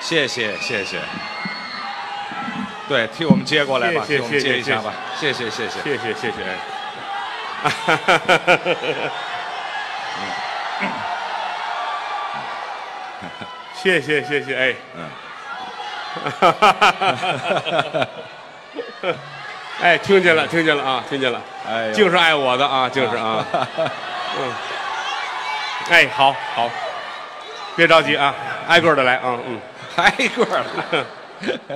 谢谢谢谢。对，替我们接过来吧，谢谢替我们接一谢谢下吧，谢谢谢谢。谢谢谢哎谢。谢谢谢谢哎，嗯哎，听见了听见了啊，听见了，哎呦净是爱我的啊，净是啊，嗯，哎，好好，别着急啊，挨个的来啊，嗯， 挨个儿来，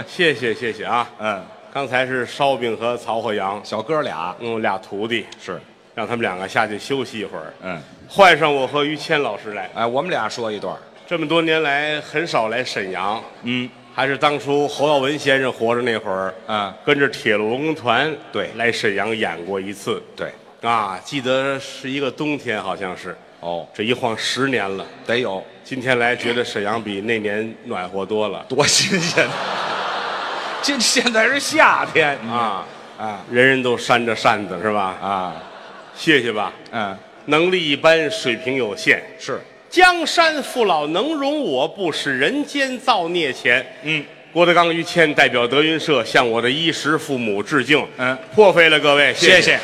谢谢谢谢啊，嗯，刚才是烧饼和曹鹤阳，小哥俩嗯，俩徒弟，是，让他们两个下去休息一会儿，嗯，换上我和于谦老师来。哎，我们俩说一段儿，这么多年来很少来沈阳，嗯，还是当初侯耀文先生活着那会儿，啊，跟着铁路文工团对来沈阳演过一次，对，啊，记得是一个冬天，好像是，哦，这一晃十年了。得有今天来觉得沈阳比那年暖和多了多新鲜！ 这现在是夏天啊，啊人人都扇着扇子是吧？啊，谢谢吧，嗯，能力一般，水平有限，是，江山父老能容我，不使人间造孽钱。嗯，郭德纲、于谦代表德云社向我的衣食父母致敬。嗯，破费了各位，谢谢谢。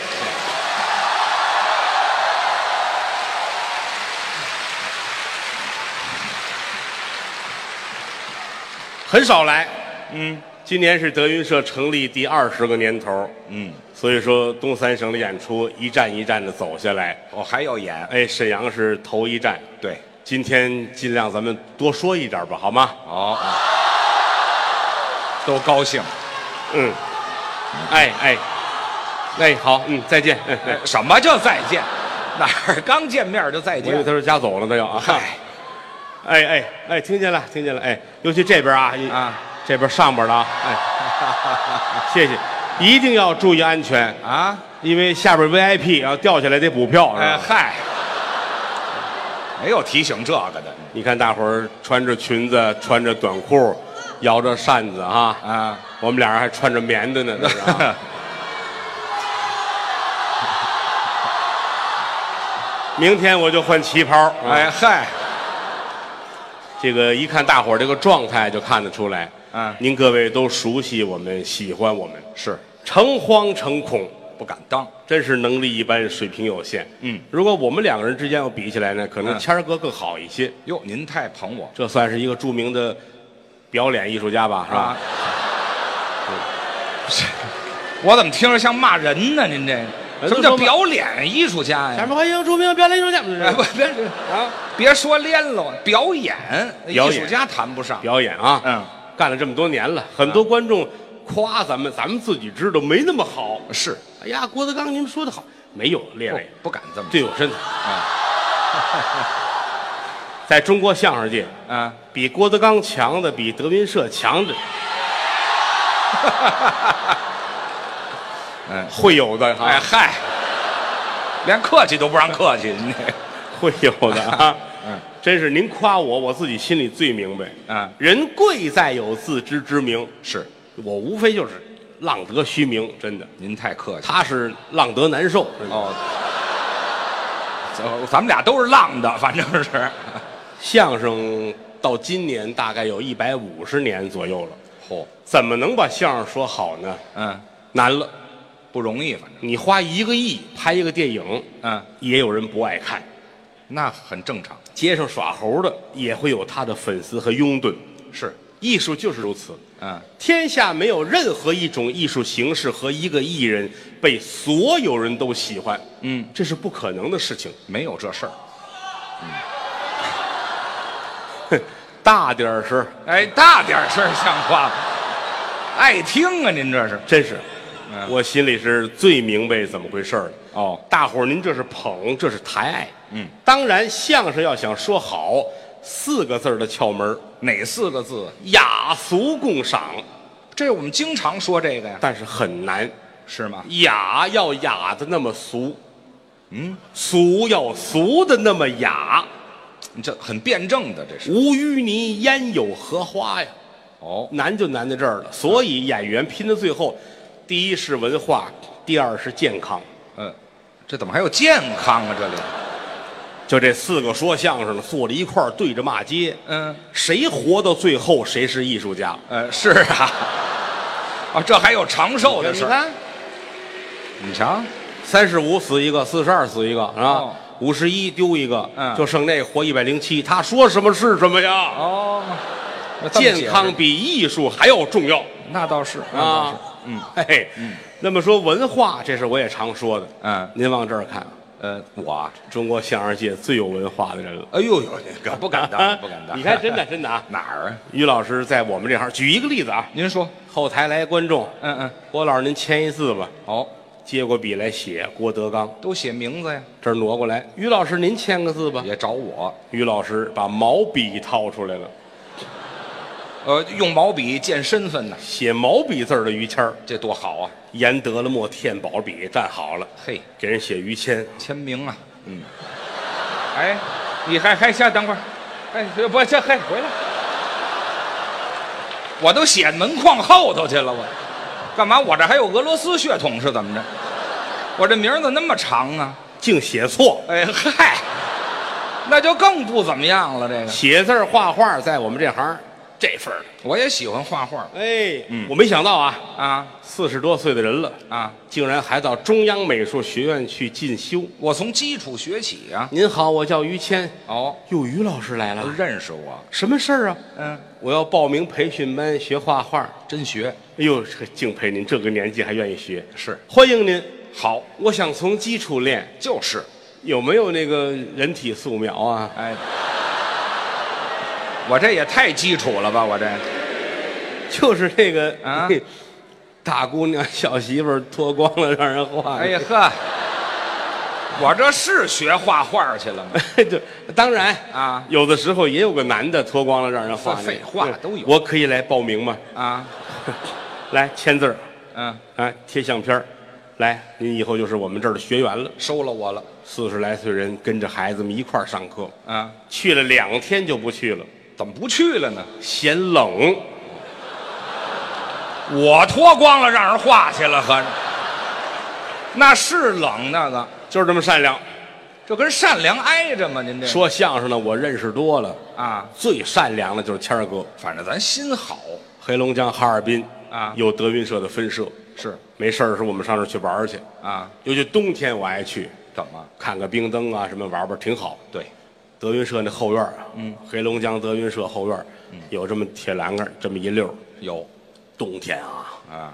很少来，嗯今年是德云社成立第二十个年头，嗯，所以说东三省的演出一站一站的走下来。哦，还要演，哎，沈阳是头一站，对，今天尽量咱们多说一点吧，好吗？哦，啊都高兴。嗯，哎哎，哎，好，嗯，再见。嗯嗯哎什么叫再见？哪儿刚见面就再我以为见他？说家走了，他要啊。嗨，哎哎哎，听见了，听见了，哎，尤其这边啊，一啊，这边上边的啊，哎， 谢谢，一定要注意安全，啊，因为下边 VIP 啊掉下来得补票，啊是哎吧？嗨，没有提醒这个的你看大伙儿穿着裙子，穿着短裤，摇着扇子 啊，啊。我们俩人还穿着棉的呢，这是 啊明天我就换旗袍，哎，哎嗨，这个一看大伙儿这个状态就看得出来，嗯您各位都熟悉我们，喜欢我们，是诚惶诚恐，不敢当。真是能力一般，水平有限。嗯，如果我们两个人之间要比起来呢，可能嗯谦儿哥更好一些。哟，您太捧我这算是一个著名的表演艺术家吧，是吧？ 啊！我怎么听着像骂人呢？您这人个什都么叫说骂表演艺术家咱呀？们欢迎著名表演艺术家哎，不， 别别啊，别说连了，表演表演艺术家谈不上。 表演啊，嗯，干了这么多年了，很多观众夸咱们，咱们自己知道没那么好。是哎呀，郭德纲，您说的好，没有列不位，不敢这么对我真的啊，在中国相声界，啊？比郭德纲强的，比德云社强的，嗯会有的哈、 哎嗨，连客气都不让客气，您这会有的啊。 嗯，真是您夸我，我自己心里最明白。嗯人贵在有自知之明，是我无非就是浪得虚名，真的。您太客气了。他是浪得难受，真的哦，咱咱们俩都是浪的，反正 是。相声到今年大概有一百五十年左右了，嚯，怎么能把相声说好呢？嗯，难了，不容易，反正你花一个亿拍一个电影，嗯，也有人不爱看。那很正常。街上耍猴的也会有他的粉丝和拥趸，是，艺术就是如此。嗯，天下没有任何一种艺术形式和一个艺人被所有人都喜欢，嗯，这是不可能的事情。没有这事儿。大点儿声，哎，大点声儿，像话吗？爱听啊，您这是。真是，嗯我心里是最明白怎么回事儿的。哦，大伙儿您这是捧，这是抬爱。嗯，当然，相声要想说好，四个字儿的窍门儿哪四个字？啊雅俗共赏，这我们经常说这个呀，但是很难。是吗？雅要雅的那么俗，嗯，俗要俗的那么雅。你这很辩证的，这是。无淤泥焉有荷花呀？哦，难就难在这儿了。所以演员拼到最后，第一是文化，第二是健康。呃嗯，这怎么还有健康啊？这里就这四个说相声的坐在一块儿对着骂街，嗯，谁活到最后谁是艺术家。呃，是啊， 啊，这还有长寿的你事儿，看，你瞧，三十五死一个，四十二死一个啊哦，五十一丢一个，嗯就剩那活一百零七，他说什么是什么呀？哦，这么解释健康比艺术还要重要那倒是那倒啊是，！嗯，嘿嘿，那么说文化，这是我也常说的。嗯您往这儿看，呃，我啊中国相声界最有文化的人了。哎呦呦，可不敢啊 当，不敢当，！你看，真的真的啊 哪儿啊？于老师在我们这行，举一个例子啊，您说，后台来观众，嗯嗯，郭老师您签一字吧，哦，接过笔来写郭德纲，都写名字呀，这儿挪过来，于老师您签个字吧。也找我，于老师把毛笔掏出来了，呃，用毛笔见身份呢，写毛笔字儿的于谦儿，这多好啊！研得了墨，添宝笔，站好了，嘿，给人写于谦。签名啊，嗯，哎，你还还先等会儿，哎，这不这嘿回来，我都写门框后头去了，我干嘛？我这还有俄罗斯血统是怎么着？我这名字那么长啊？竟写错，哎嗨，那就更不怎么样了。这个写字儿画画儿在我们这行儿这份儿。我也喜欢画画哎，我没想到啊，啊四十多岁的人了，啊，竟然还到中央美术学院去进修。我从基础学起啊。您好，我叫于谦。哦，哟，于老师来了，认识我，什么事儿啊？嗯，我要报名培训班学画画。真学哎呦，这个敬佩您，这个年纪还愿意学，是欢迎您。好，我想从基础练。就是有没有那个人体素描啊？哎，我这也太基础了吧，我这就是那个啊 大姑娘、小媳妇儿脱光了让人画。哎呀，呵， 我这是学画画去了吗？ 对，当然啊有的时候也有个男的脱光了让人画那个。废话对都有我可以来报名吗？啊，来签字儿，嗯，啊，贴相片儿来，您以后就是我们这儿的学员了。收了我了四十来岁人跟着孩子们一块儿上课，啊，去了两天就不去了，怎么不去了呢？嫌冷。我脱光了让人画去了，合着 那是冷那个，就是这么善良。这跟善良挨着吗？您这说相声的我认识多了，啊，最善良的就是谦儿哥。反正咱心好黑龙江哈尔滨啊有德云社的分社，是没事儿的时候我们上那儿去玩儿去。啊，尤其冬天我爱去，怎么看个冰灯啊什么玩玩，挺好。对？德云社那后院嗯，黑龙江德云社后院儿有这么铁栏杆儿，这么一溜儿有冬天啊，啊，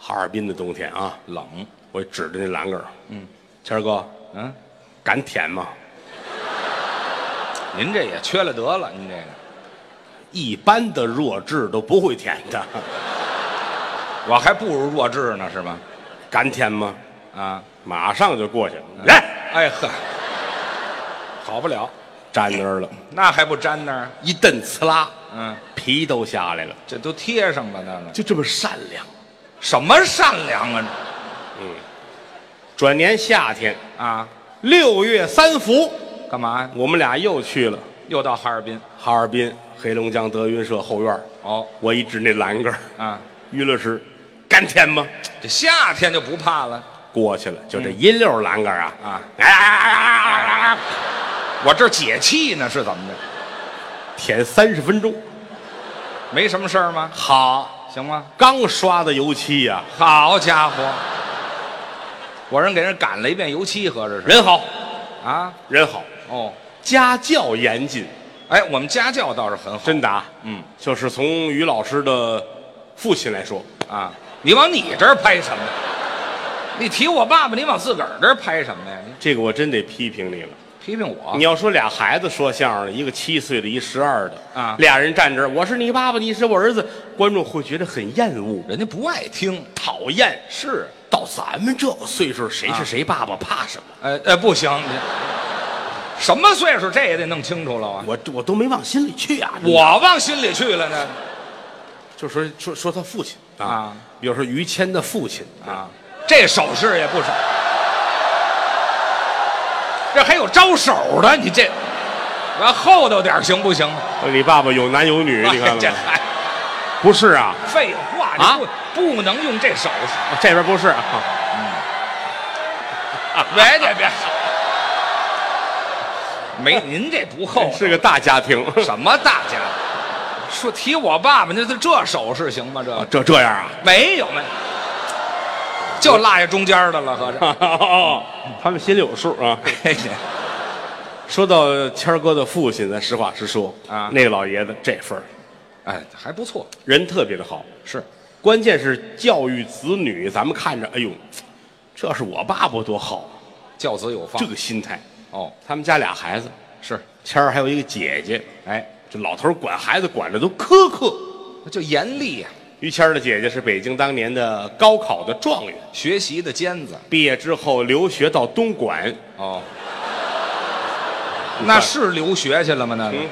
哈尔滨的冬天啊，冷，我指着那栏杆嗯，谦儿哥嗯，敢舔吗？您这也缺了德了，您这个，一般的弱智都不会舔的， 我还不如弱智呢，是吗？敢舔吗？啊，马上就过去了，来，哎呵，好不了，站那儿了，那还不粘那儿？一蹬呲啦，嗯，皮都下来了，这都贴上了那个，就这么善良。什么善良啊转年夏天，啊？六月三伏，干嘛呀？我们俩又去了又到哈尔滨？哈尔滨黑龙江德云社后院儿哦我一指那栏杆儿，啊，于老师，敢舔吗？这夏天就不怕了。过去了，就这一溜栏杆啊嗯啊哎哎哎哎哎哎哎我这解气呢，是怎么的？舔三十分钟，没什么事儿吗？好，行吗？刚刷的油漆呀、好家伙，我人给人赶了一遍油漆，合着是人好，啊？人好，哦，家教严谨，哎，我们家教倒是很好真的啊，嗯，就是从于老师的父亲来说，啊。你往你这儿拍什么？你提我爸爸，你往自个儿这儿拍什么呀？你这个我真得批评你了。批评我你要说俩孩子说相声的，一个七岁的，一十二的，啊俩人站这儿，我是你爸爸，你是我儿子，观众会觉得很厌恶、人家不爱听。讨厌。是，到咱们这个岁数，谁是谁爸爸，怕什么？呃呃，不行，你什么岁数这也得弄清楚了啊！我我都没往心里去啊！我我往心里去了呢就说说说他父亲啊，比如说于谦的父亲啊，这手势也不少，这还有招手的，你这往后头点儿行不行？你爸爸有男有女，你 看这看，还不是啊，废话啊你不不能用这手势，这边不是啊，别别别，没您这不厚道，是个大家庭。什么大家？说提我爸爸，那这这手势行吗？这啊 这这样啊？没有没有，就落下中间的了，合着。哦， 他们心里有数啊。嘿嘿说到谦儿哥的父亲，咱实话实说啊那老爷子这份儿哎，还不错，人特别的好，是关键是教育子女，咱们看着，哎呦，这是我爸爸多好啊，教子有方这。个心态。哦，他们家俩孩子，是，谦儿还有一个姐姐，哎，这老头儿管孩子管的都苛刻。就严厉啊呀、于谦儿的姐姐是北京当年的高考的状元，学习的尖子。毕业之后留学到东莞，哦，那是留学去了吗？那个嗯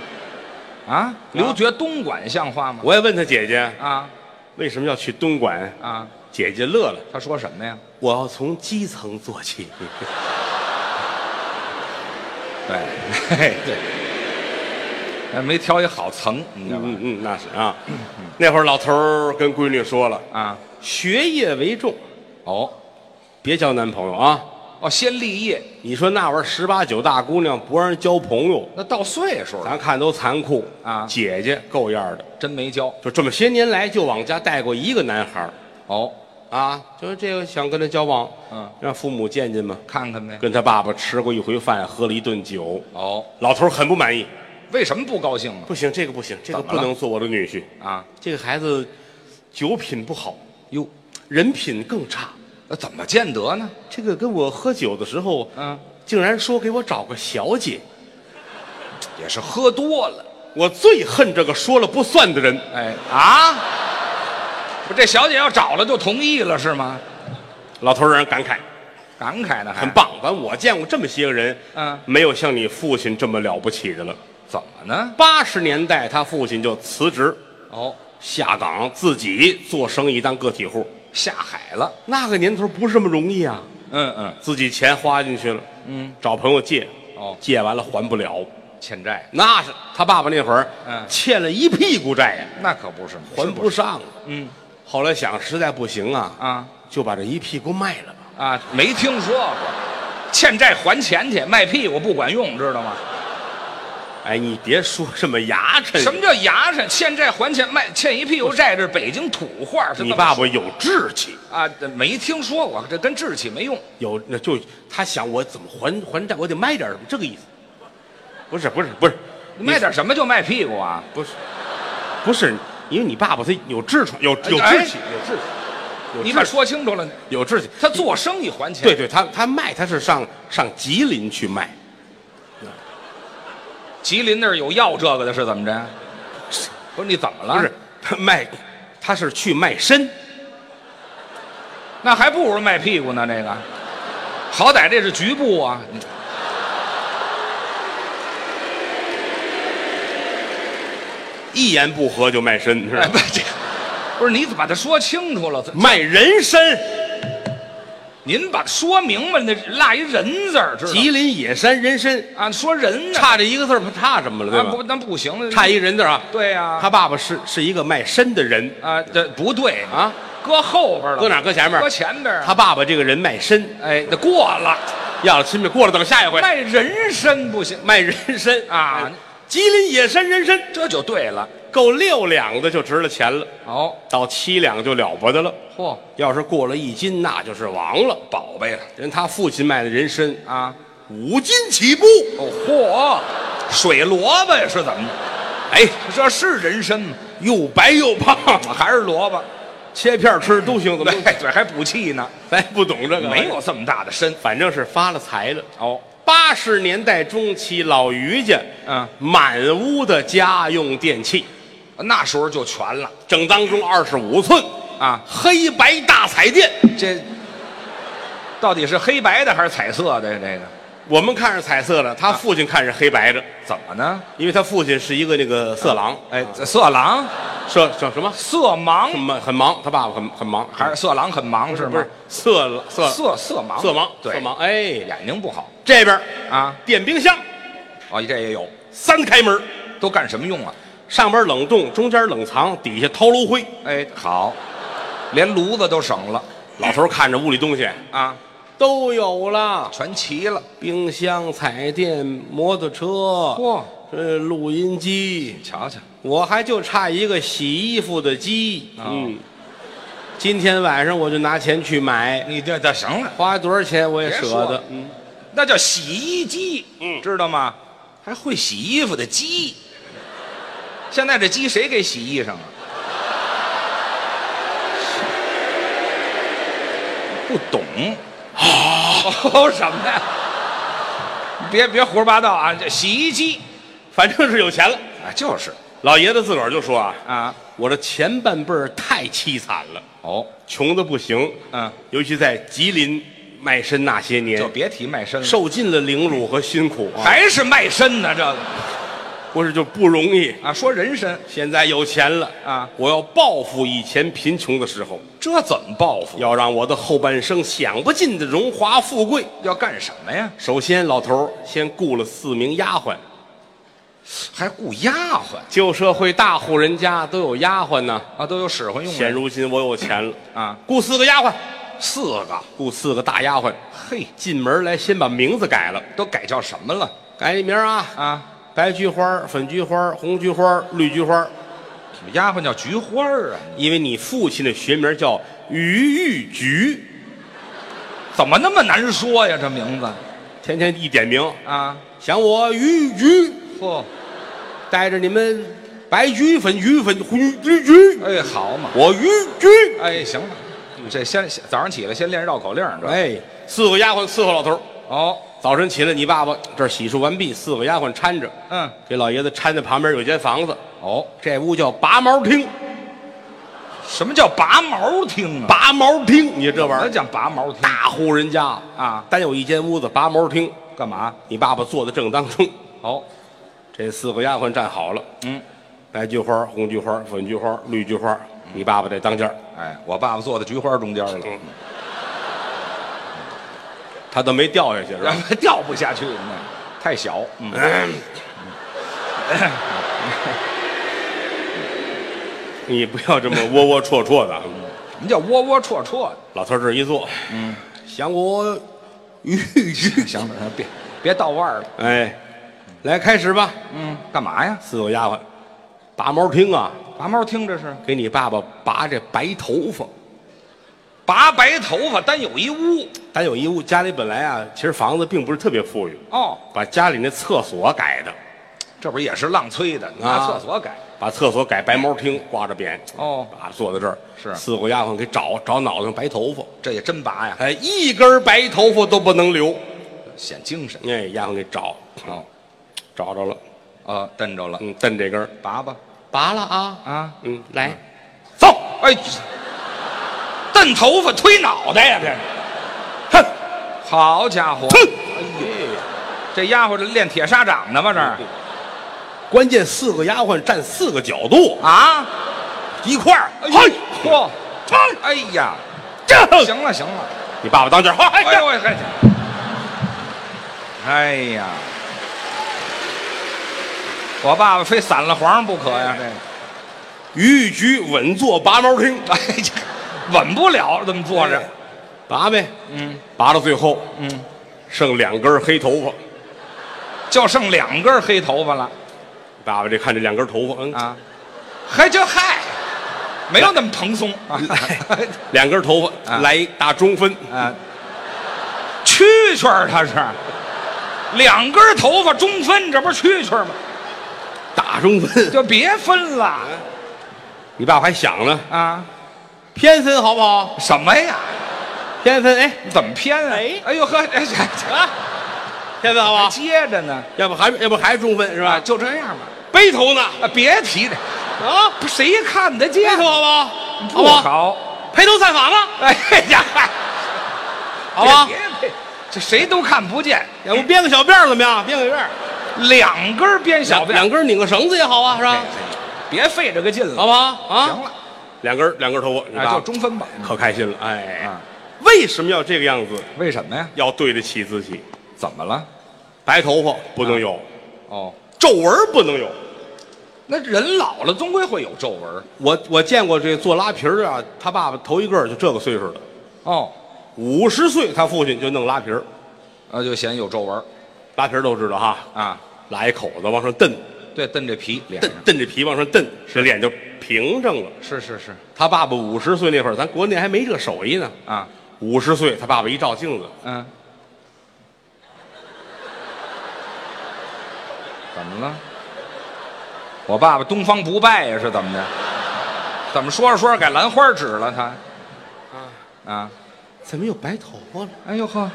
啊，留学东莞像话吗？我也问他姐姐啊为什么要去东莞，啊，姐姐乐了，他说什么呀？我要从基层做起。对，嘿对， 哎，没挑一好层，你知道嗯吧？嗯，那是啊。那会儿老头儿跟闺女说了，啊，学业为重，哦别交男朋友啊。哦，先立业，你说那玩意儿十八九大姑娘不让人交朋友，那到岁数了，咱看都残酷啊姐姐够样儿的，真没教。就这么些年来就往家带过一个男孩儿哦，啊，就是这个想跟他交往，嗯，让父母见见嘛。看看呗。跟他爸爸吃过一回饭，喝了一顿酒，哦，老头儿很不满意，为什么不高兴啊？不行，这个不行，这个怎么不了能做我的女婿，啊，这个孩子酒品不好，哟，人品更差。那怎么见得呢？这个跟我喝酒的时候，嗯，竟然说给我找个小姐，也是喝多了。我最恨这个说了不算的人。哎啊，不，这小姐要找了就同意了是吗？老头儿让人感慨，感慨呢还，很棒。反正我见过这么些个人，嗯没有像你父亲这么了不起的了。怎么呢？八十年代，他父亲就辞职哦，下岗，自己做生意当个体户。下海了。那个年头不是这么容易啊，嗯嗯自己钱花进去了，嗯，找朋友借，哦，借完了还不了，欠债那是他爸爸那会儿，嗯欠了一屁股债呀，那可不是嘛还是不是？上啊。嗯后来想，实在不行啊，啊就把这一屁股卖了吧。啊，没听说过，欠债还钱去，卖屁股不管用，知道吗？哎，你别说这么牙碜，什么叫牙碜？欠债还钱，卖欠一屁股债，这是北京土话。是你那么爸爸有志气，啊，这没听说过，这跟志气没用。有那就他想我怎么还还债，我得卖点什么，这个意思。不是不是不是，你卖点什么就卖屁股啊？不是不是，因为你爸爸他有痔疮，有有哎志气，有志气，有你志可气说清楚了，有志气。他做生意还钱。对对，他他卖他是上上吉林去卖，吉林那儿有要这个的，是怎么着？不是你怎么了？不是，他卖，他是去卖身。那还不如卖屁股呢。这个，好歹这是局部啊。一言不合就卖身，是哎，吧？不这，不是你把它说清楚了，卖人参，啊您把它说明白了，那落一人字儿，知道吗吉林野山人参，啊？说人呢？差这一个字儿，差什么了，啊对吧？不，那不行了，差一个人字儿啊。对呀、他爸爸是是一个卖身的人啊，这不对，啊，搁后边了，搁哪儿搁前面儿搁前边儿啊。他爸爸这个人卖身，哎，那过了，要了亲命过了，等下一回卖人参不行，卖人参啊哎吉林野山人参这就对了。够六两的就值了钱了，哦，到七两就了不得了。嚯，要是过了一斤，那就是王了，宝贝了。人他父亲卖的人参啊，五斤起步，哦嚯，水萝卜呀是怎么着？哎，这是人参吗？又白又胖，还是萝卜？哎切片吃都行，怎么对对，还补气呢，咱也哎不懂这个？没有，这么大的参。反正是发了财了。哦，八十年代中期，老于家，嗯满屋的家用电器，那时候就全了正当中二十五寸，啊。黑白大彩电。这到底是黑白的还是彩色的呀？这个我们看是彩色的，他父亲看是黑白的，怎么呢？因为他父亲是一个那个色狼，哎，这色狼、色什什么色很盲忙很忙，他爸爸很很忙，还是色狼很忙不是不吗是？色狼色色色盲，色盲对，色盲，哎，眼睛不好这边啊。电冰箱哦，这也有，三开门，都干什么用啊？上边冷冻，中间冷藏，底下掏炉灰。哎，好，连炉子都省了老头看着屋里东西，啊。都有了，全齐了。冰箱、彩电、摩托车，嚯，呃，录音机，瞧瞧，我还就差一个洗衣服的机。啊哦嗯，今天晚上我就拿钱去买，你这这行了，花多少钱我也别舍说了得。嗯，那叫洗衣机，嗯，知道吗？还会洗衣服的机。现在这鸡谁给洗衣裳啊？不懂。哦，什么呀？别别胡说八道啊！这洗衣机反正是有钱了。啊，就是老爷子自个儿就说啊，啊，我这前半辈儿太凄惨了，哦，穷的不行。嗯，尤其在吉林卖身那些就年，别提卖身了，受尽了凌辱和辛苦啊，还是卖身呢，这个不是就不容易。啊，说人参现在有钱了啊，我要报复以前贫穷的时候，这怎么报复？要让我的后半生享不尽的荣华富贵。要干什么呀？首先，老头儿先雇了四名丫鬟，还雇丫鬟旧社会大户人家都有丫鬟呢。啊，都有使唤用现人如今我有钱了，啊，雇四个丫鬟，四个，雇四个大丫鬟，嘿，进门来先把名字改了，都改叫什么了改你名儿啊，啊？白菊花、粉菊花、红菊花、绿菊花，怎么丫鬟叫菊花儿啊？因为你父亲的学名叫于玉菊，怎么那么难说呀？这名字天天一点名，啊，想我于菊，嚯，带着你们白菊、粉菊、粉红菊菊，哎，好嘛，我于菊。哎，行了，这先先早上起来先练绕口令儿，这哎，四个丫鬟伺候老头儿。哦，早晨起来，你爸爸这儿洗漱完毕，四个丫鬟搀着，嗯，给老爷子搀着旁边有间房子，哦，这屋叫拔毛厅。什么叫拔毛厅啊？拔毛厅，你这玩什么意儿，叫拔毛厅？大户人家啊，单有一间屋子拔毛厅，干嘛？你爸爸坐在正当中，哦，这四个丫鬟站好了，嗯，白菊花、红菊花、粉菊花、绿菊花，你爸爸在当间儿哎，我爸爸坐在菊花中间了，他都没掉下去是吧？让他 掉不下去，那太小，嗯，你不要这么窝窝戳戳的啊。什么叫窝窝戳戳的？老头儿这一坐，想我于于，行了，别别到腕儿了，哎，来开始吧。嗯，干嘛呀？四个丫鬟，拔毛厅啊，拔毛听这是给你爸爸拔这白头发。拔白头发，单有一屋咱有一屋，家里本来啊，其实房子并不是特别富裕，哦，把家里那厕所改的，这不也是浪催的，拿啊厕所改把厕所改白毛厅，挂着匾。哦啊，坐在这儿是四个丫鬟给找找脑袋上白头发，这也真拔呀，哎，一根白头发都不能留。显精神哎，丫鬟给找，哦，找着了，啊，瞪着了，嗯，蹬这根儿拔吧拔了啊，啊，嗯，来，走，哎，蹬头发推脑哎袋呀，这是，哼，好家伙，哼，这家伙这练铁砂掌呢吗？这儿关键四个丫鬟站四个角度啊，一块儿，哎嘿，嚯，嘿，哎呀，这，行了行了。你爸爸当家，嗯哎哎呦呀，喂，嘿！哎呀，我爸爸非散了黄不可呀！哎这个，于玉菊稳坐拔毛厅，哎呀，稳不了，这么坐着。哎拔呗，嗯拔到最后嗯，剩两根黑头发，就剩两根黑头发了爸爸这看这两根头发，嗯，啊！还就嗨，没有那么蓬 松啊！两根头啊发来一大中分，啊，蛐 蛐儿他是两根头发中分，这不是蛐蛐儿吗？大中 分，就别分了你爸爸还想呢，啊！偏分好不好？什么呀？偏分，哎，怎么偏啊？哎哎呦呵，哎呀，啊，偏分好不好？ 接着呢。要不还要不还中分是啊，吧？就这样吧。背头呢？啊，别提了，啊，谁看得见背头？好不好？好不不好？好。陪头散发吧，哎呀，好不好别？别别这谁都看不见，要不编个小辫儿怎么样？编个辫儿，两根编小辫两，根儿拧个绳子也好啊，是吧哎？别费这个劲了。好不好？行啊，了，两根儿两根儿头发，你哎，爸就爸中分吧。可开心了。哎啊，为什么要这个样子？为什么呀？要对得起自己。怎么了？白头发不啊能有，哦，皱纹儿不能有。那人老了终归会有皱纹。我我见过这做拉皮儿的啊，他爸爸头一个就这个岁数的，哦，五十岁他父亲就弄拉皮儿，啊，就显有皱纹儿拉皮儿都知道哈，啊，拉一口子往上蹬，对，蹬这皮脸蹬上，蹬这皮往上蹬，这脸就平整了。是是是他爸爸五十岁那会儿，咱国内还没这手艺呢。啊，五十岁，他爸爸一照镜子，嗯，怎么了？我爸爸东方不败呀，是怎么的？怎么说着说着改兰花指了他？啊啊！怎么有白头发了？哎呦呵，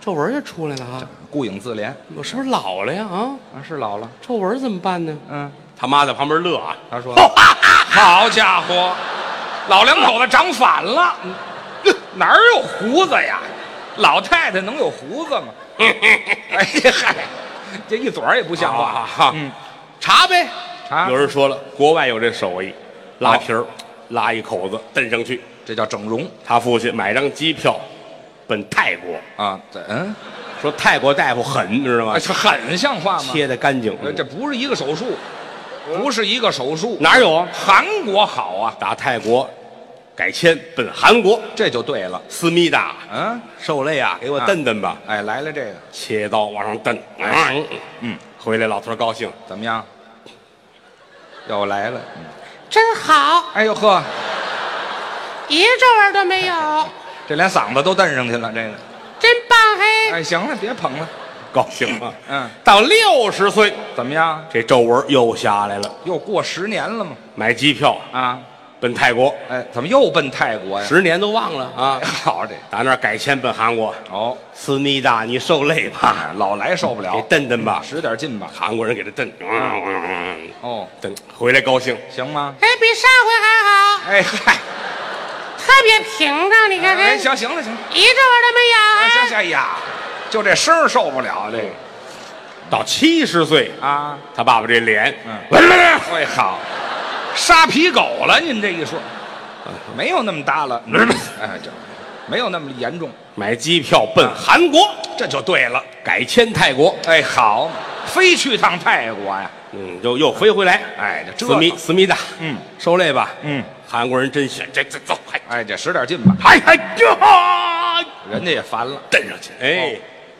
皱纹也出来了啊！顾影自怜我是不是老了呀？啊，啊，是老了，皱纹怎么办呢？嗯，他妈在旁边乐啊，他说，好家伙，老两口子长反了， 哪儿有胡子呀？老太太能有胡子吗？ 哎呀嗨，这一嘴儿也不像话啊哈嗯，啊查呗。查有人说了，国外有这手艺，拉皮啊儿，拉一口子蹬上去。这叫整容他父亲买张机票，奔泰国，啊，这嗯，说泰国大夫狠，知道吗啊，？这很像话吗？切的干净，呃这不是一个手术，不是一个手术，哪有啊？韩国好啊，打泰国改签奔韩国，这就对了，思密达，嗯，受累啊，给我啊蹬蹬吧，哎，来了这个切刀往上蹬，嗯嗯，回来老头儿高兴，怎么样？又来了，嗯真好，哎呦呵。一个皱纹都没有，这连嗓子都蹬上去了，这个。真棒嘿！ 哎，行了，别捧了。高兴啊。嗯，到六十岁，怎么样？这皱纹又下来了，又过十年了吗？买机票啊，奔泰国，哎，怎么又奔泰国呀？十年都忘了啊。好这打那儿改签奔韩国，哦，思密达，你受累 吧，老来受不给了，蹬蹬吧。使点劲吧。韩国人给他蹬，嗯嗯嗯哦，蹬回来高兴，行吗？哎，比上回还好，哎嗨，特别平整，你哎，看看，一个皱行，行了，行了，纹都没有哎行啊！行哎呀，就这声儿受不了这个到七十岁，啊。他爸爸这脸，哎好，杀皮狗了，您这一说，没有那么大了，哎，这没有那么严重，买机票奔韩国，嗯这就对了。改签泰国，哎，好，非去趟泰国呀？嗯，又又飞回来，哎，这折思密腾。思密达，嗯，受累吧，嗯，韩国人真行，这这走，嗨哎，这使点劲吧，嗨嗨呀，人家也烦了，蹬上去，哎，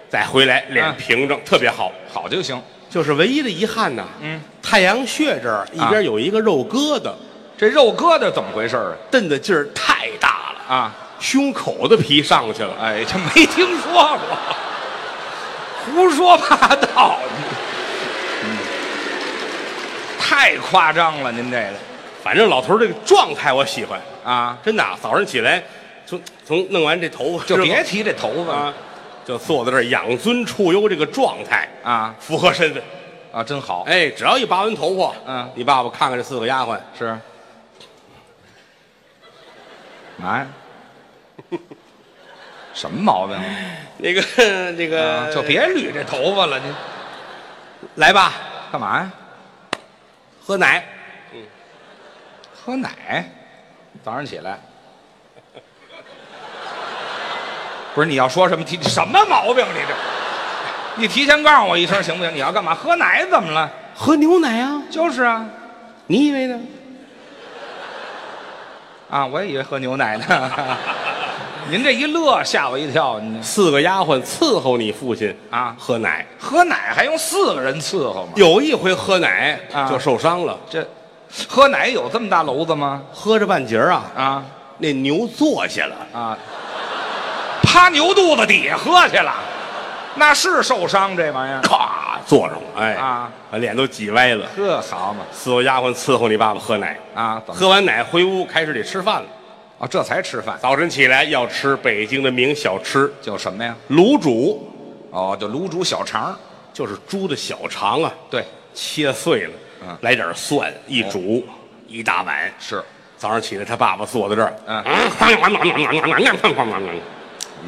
再回来脸嗯平整，特别好。好就行。就是唯一的遗憾呐，嗯，太阳穴这儿一啊边有一个肉疙瘩，这肉疙瘩怎么回事儿蹬的劲儿太大了，啊？啊，胸口的皮上去了，哎，这没听说过，胡说八道。嗯太夸张了，您这个反正老头儿这个状态我喜欢，啊，真的啊，早上起来从从弄完这头发就之后别提这头发了啊，就坐在这儿养尊处优这个状态，啊符合身份。啊，真好，哎，只要一拔完头发，嗯你爸爸看看这四个丫鬟，是。嘛呀？哎 什么毛病啊？那个 那个、啊就别捋这头发了，您来吧，干嘛呀？喝奶。喝奶，早上起来。不是你要说什么提什么毛病？你这，你提前告诉我一声行不行？你要干嘛？喝奶怎么了？喝牛奶啊？就是啊，你以为呢？啊，我也以为喝牛奶呢。 您这一乐吓我一跳。您这四个丫鬟伺候你父亲啊喝奶。喝奶还用四个人伺候吗？有一回喝奶啊就受伤了，这喝奶有这么大篓子吗？喝着半截儿啊，啊那牛坐下了，啊，趴牛肚子底下喝去了，那是受伤这玩意儿。 咔坐上了，哎啊，把脸都挤歪了。这好嘛伺候丫鬟伺候你爸爸喝奶，啊，怎么喝完奶回屋开始得吃饭了。啊？这才吃饭。早晨起来要吃北京的名小吃叫什么呀？卤煮，哦，叫卤煮小肠儿。就是猪的小肠啊，对，切碎了，嗯来点蒜一煮，一大碗。是早上起来，他爸爸坐在这儿，嗯嗯，没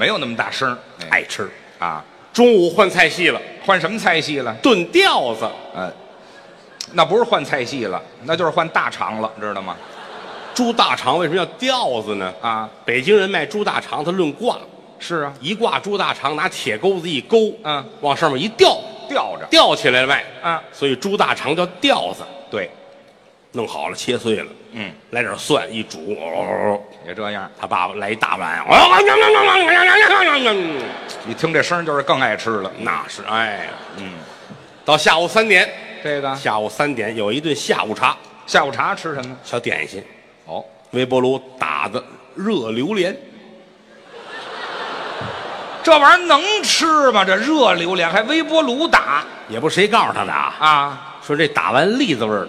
有那么大声儿。哎爱吃。啊，中午换菜系了，换什么菜系了？炖吊子，呃，那不是换菜系了，那就是换大肠了，知道吗？猪大肠为什么叫吊子呢？啊，北京人卖猪大肠，他论挂，是啊，一挂猪大肠，拿铁钩子一勾，嗯，往上面一吊，吊着吊起来卖，啊，所以猪大肠叫吊子。对，弄好了切碎了，嗯，来点蒜一煮，哦，也这样。他爸爸来一大碗，哎哦，你听这声儿就是更爱吃了。那是哎，嗯，到下午三点，这个下午三点有一顿下午茶，下午茶吃什么？小点心，哦，微波炉打的热榴莲，这玩意儿能吃吗？这热榴莲还微波炉打也不谁告诉他的啊，啊！说这打完栗子味儿的，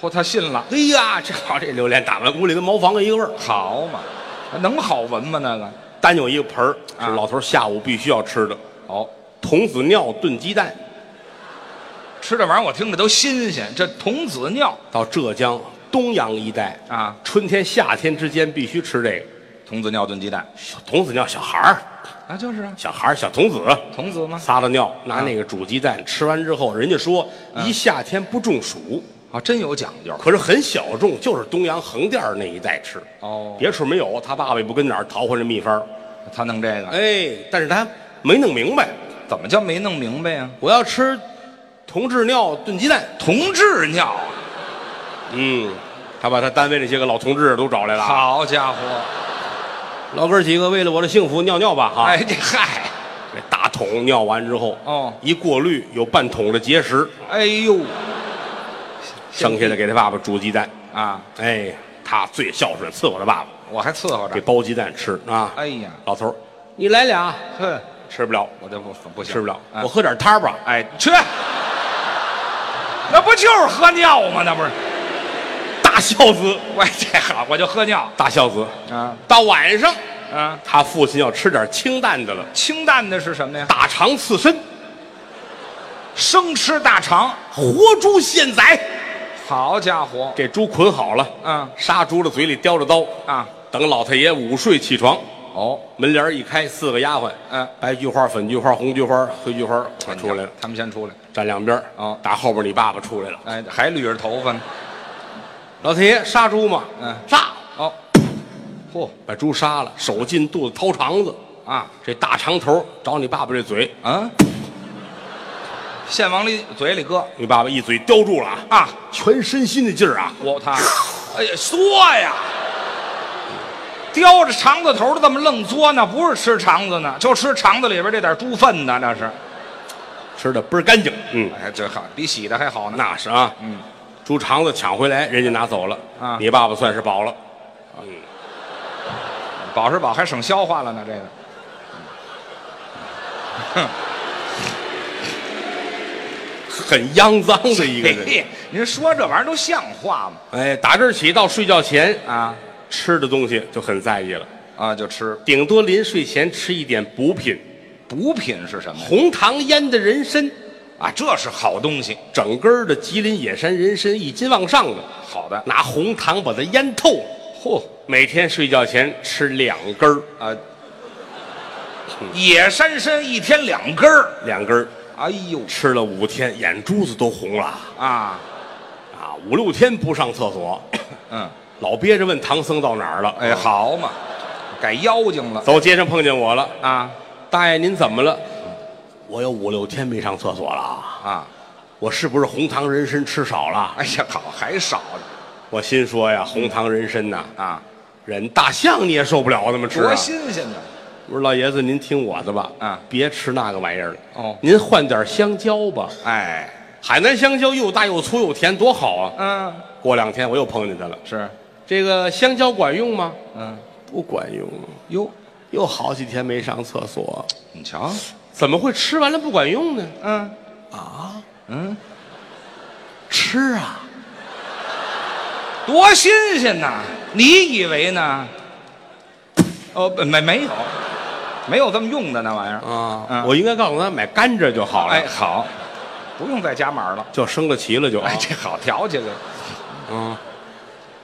嚯，他信了，哎呀，这好这榴莲打完屋里跟茅房一个味儿，好嘛，能好闻吗？那个单有一个盆儿啊是老头儿下午必须要吃的，哦，童子尿炖鸡蛋，吃这玩意儿我听着都新鲜。这童子尿到浙江东阳一带啊，春天夏天之间必须吃这个童子尿炖鸡蛋小童子尿，小孩儿啊，就是啊，小孩儿小童子童子吗？撒了尿，拿那个煮鸡蛋，吃完之后，人家说一夏天不中暑，啊，真有讲究可是很小众，就是东阳横店儿那一带吃，哦。别处没有。他爸爸也不跟哪儿淘换这秘方儿，他弄这个哎，但是他没弄明白，怎么叫没弄明白呀、我要吃同志尿炖鸡蛋。同志尿啊，嗯，他把他单位那些个老同志都找来了啊，好家伙！老哥儿几个为了我的幸福尿尿吧哈，哎，这嗨，这大桶尿完之后，哦一过滤有半桶的结石，哎呦，剩下的给他爸爸煮鸡蛋。啊，哎，他最孝顺，伺候他爸爸，我还伺候给着。包鸡蛋吃啊。哎呀，老头儿，你来俩，哼，吃不了，我这不不行，吃不了，啊我喝点汤儿吧。哎，去，那不就是喝尿吗？那不是，大孝子，我这好，我就喝尿大孝子。啊到晚上，啊！他父亲要吃点清淡的了，清淡的是什么呀？大肠刺身，生吃大肠，活猪现宰。好家伙，这猪捆好了，嗯杀猪的嘴里叼着刀，啊，等老太爷午睡起床，哦，门帘儿一开，四个丫鬟，嗯，白菊花、粉菊花、红菊花、黑菊花全出来了，他们先出来，站两边儿啊哦打后边你爸爸出来了。哎，还捋着头发呢，老太哎爷杀猪嘛，嗯哎杀，哦，嚯把猪杀了，手进肚子掏肠子，啊这大肠头找你爸爸这嘴，啊，先往里嘴里搁你爸爸一嘴叼住了啊，啊，全身心的劲儿啊，我他，哎呀，嘬呀！叼着肠子头的这么愣嘬呢，不是吃肠子呢，就吃肠子里边这点猪粪呢，那是。吃的倍儿干净，嗯，哎，这好，比洗的还好呢。那是啊，嗯，猪肠子抢回来，人家拿走了，啊你爸爸算是饱了，饱是饱，还省消化了呢。这个很肮脏的一个人。嘿嘿您说这玩意儿都像话吗？哎，打这儿起到睡觉前啊吃的东西就很在意了，啊，就吃顶多临睡前吃一点补品，补品是什么呀？红糖腌的人参，啊，这是好东西，整根儿的吉林野山人参一斤往上的，好的。拿红糖把它腌透了。嚯每天睡觉前吃两根儿，啊！ 野山参一天两根儿，两根儿哎呦吃了五天，眼珠子都红了啊，啊！五六天不上厕所，嗯，老憋着问唐僧到哪儿了。哎，好嘛，改妖精了走街上碰见我了，啊大爷您怎么了？我有五六天没上厕所了啊，啊！我是不是红糖人参吃少了？哎呀，好，还少我心说呀，红糖人参呐、啊，忍大象你也受不了那么吃、啊多。新鲜呢！我说老爷子，您听我的吧，啊别吃那个玩意儿了。哦您换点香蕉吧，哎，海南香蕉又大又粗又甜，多好啊！嗯，过两天我又碰见他了。是，这个香蕉管用吗？嗯，不管用，哟，又好几天没上厕所，你瞧，怎么会吃完了不管用呢？嗯，吃啊，多新鲜呐！你以为呢？哦，不没没有，没有这么用的那玩意儿啊，嗯我应该告诉他买甘蔗就好了，哎，好，不用再加码了。就升了旗了就。哎，这好调起来啊，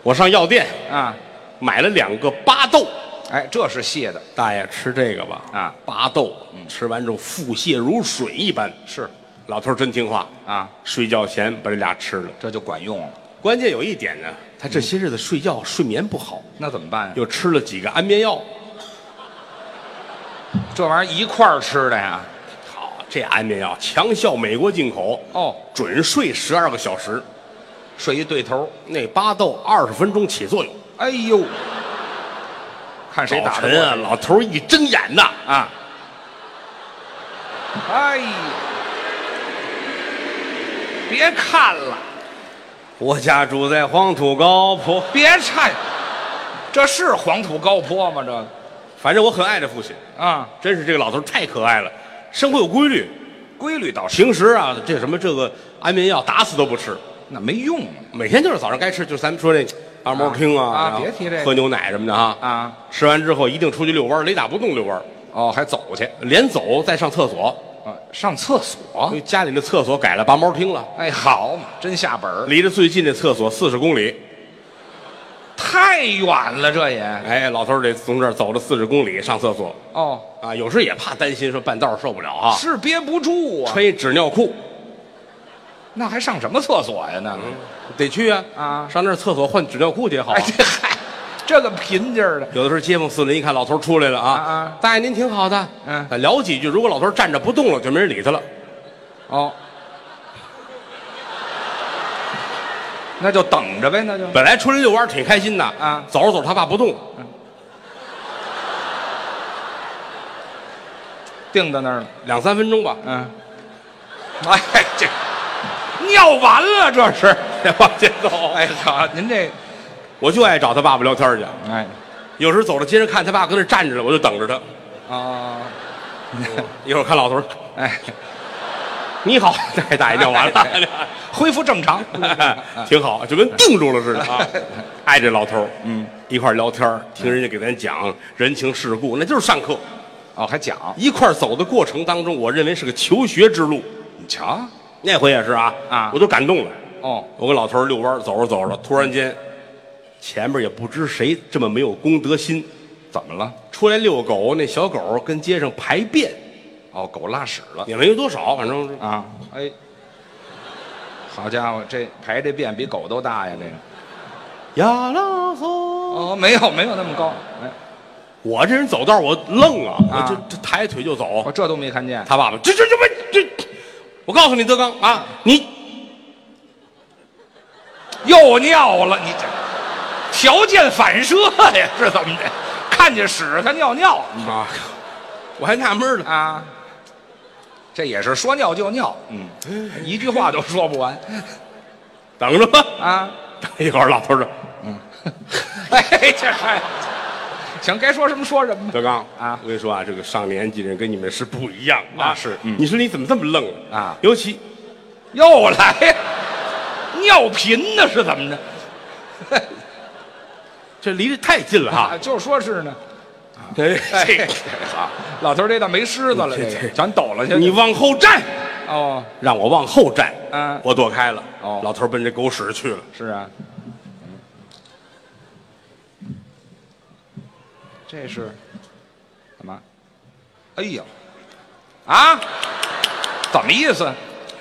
我上药店啊！买了两个巴豆，哎，这是蟹的大爷吃这个吧，啊，巴豆，吃完之后腹泻如水一般。是老头儿真听话，啊，睡觉前把这俩吃了。这就管用了。关键有一点呢，他这些日子睡觉睡眠不好，那怎么办呀？又吃了几个安眠药。这玩意儿一块儿吃的呀？好，这安眠药强效美国进口，哦，准睡十二个小时，睡一对头。那巴豆二十分钟起作用。哎呦，看谁打早的晨啊，老头儿一睁眼呐，啊！哎呀，别看了，我家住在黄土高坡，别看，这是黄土高坡吗？这个反正我很爱这父亲，啊，真是这个老头儿太可爱了，生活有规律。规律倒是平时啊，这什么这个安眠药打死都不吃，那没用每天就是早上该吃，就是咱们说那按摩听啊，啊然后别提这个喝牛奶什么的啊啊啊！吃完之后一定出去遛弯儿，雷打不动遛弯儿，哦，还走去连走再上厕所。啊，上厕所因。为家里那厕所改了拔毛厅了，哎，好嘛，真下本儿，离着最近的厕所四十公里。太远了，这也哎，老头儿得从这儿走着四十公里上厕所哦，啊，有时候也怕担心说半道儿受不了啊，是憋不住啊，穿一纸尿裤那还上什么厕所呀？那个得去啊啊上那儿厕所换纸尿裤去也好啊哎，。这嗨，这个贫劲儿的，有的时候街坊四邻一看老头儿出来了啊，啊啊大爷您挺好的，嗯啊聊几句。如果老头儿站着不动了，就没人理他了。哦，那就等着呗，那就本来出来遛弯儿挺开心的啊走着走着他爸不动了，定在那儿了。两三分钟吧，嗯，哎，这嗯尿完了，这是。再 往前走。哎，好，您这，我就爱找他爸爸聊天儿去。哎，有时候走到街上看他爸搁那站着呢，我就等着他。哦，一会儿看老头儿，哎，你好，大爷大爷尿完哎 了，恢复正常。挺好，就跟定住了似的啊。爱这老头儿，嗯，一块儿聊天儿，听人家给咱讲人情世故，那就是上课。哦，还讲，一块儿走的过程当中，我认为是个求学之路。你瞧，那回也是啊，啊我都感动了。哦，我跟老头儿遛弯儿，走着走着，突然间，前面也不知谁这么没有公德心，怎么了？出来遛狗，那小狗跟街上排便，哦，狗拉屎了也没多少，反正是啊！哎，好家伙，这排这便比狗都大呀！这个呀啦嗦。哦，没有没有那么高，哎，我这人走道儿我愣啊，啊我这这抬腿就走。我这都没看见。他爸爸，这这这这这，我告诉你，德刚啊，你又尿了，你这条件反射呀，是怎么的？看见屎他尿尿啊，我还纳闷儿呢，啊，这也是说尿就尿，嗯，一句话都说不完等着吧。啊。等一会儿，老头儿说，哎，这还行，该说什么说什么吧。德刚啊我跟你说啊，这个上年纪人跟你们是不一样那啊。是嗯你说你怎么这么愣啊尤其又来呀，尿频呢是怎么着？这离得太近了啊， 哈。就说是呢。哎，哎，好，老头儿这倒没狮子了，这个咱抖了去。你往后站，哦，让我往后站。嗯我躲开了。哦老头儿奔这狗屎去了。是啊，这是干嘛？哎呦，啊，怎么意思？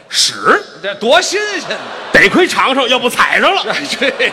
屎，这多新鲜！得亏尝上，要不踩上了。 这这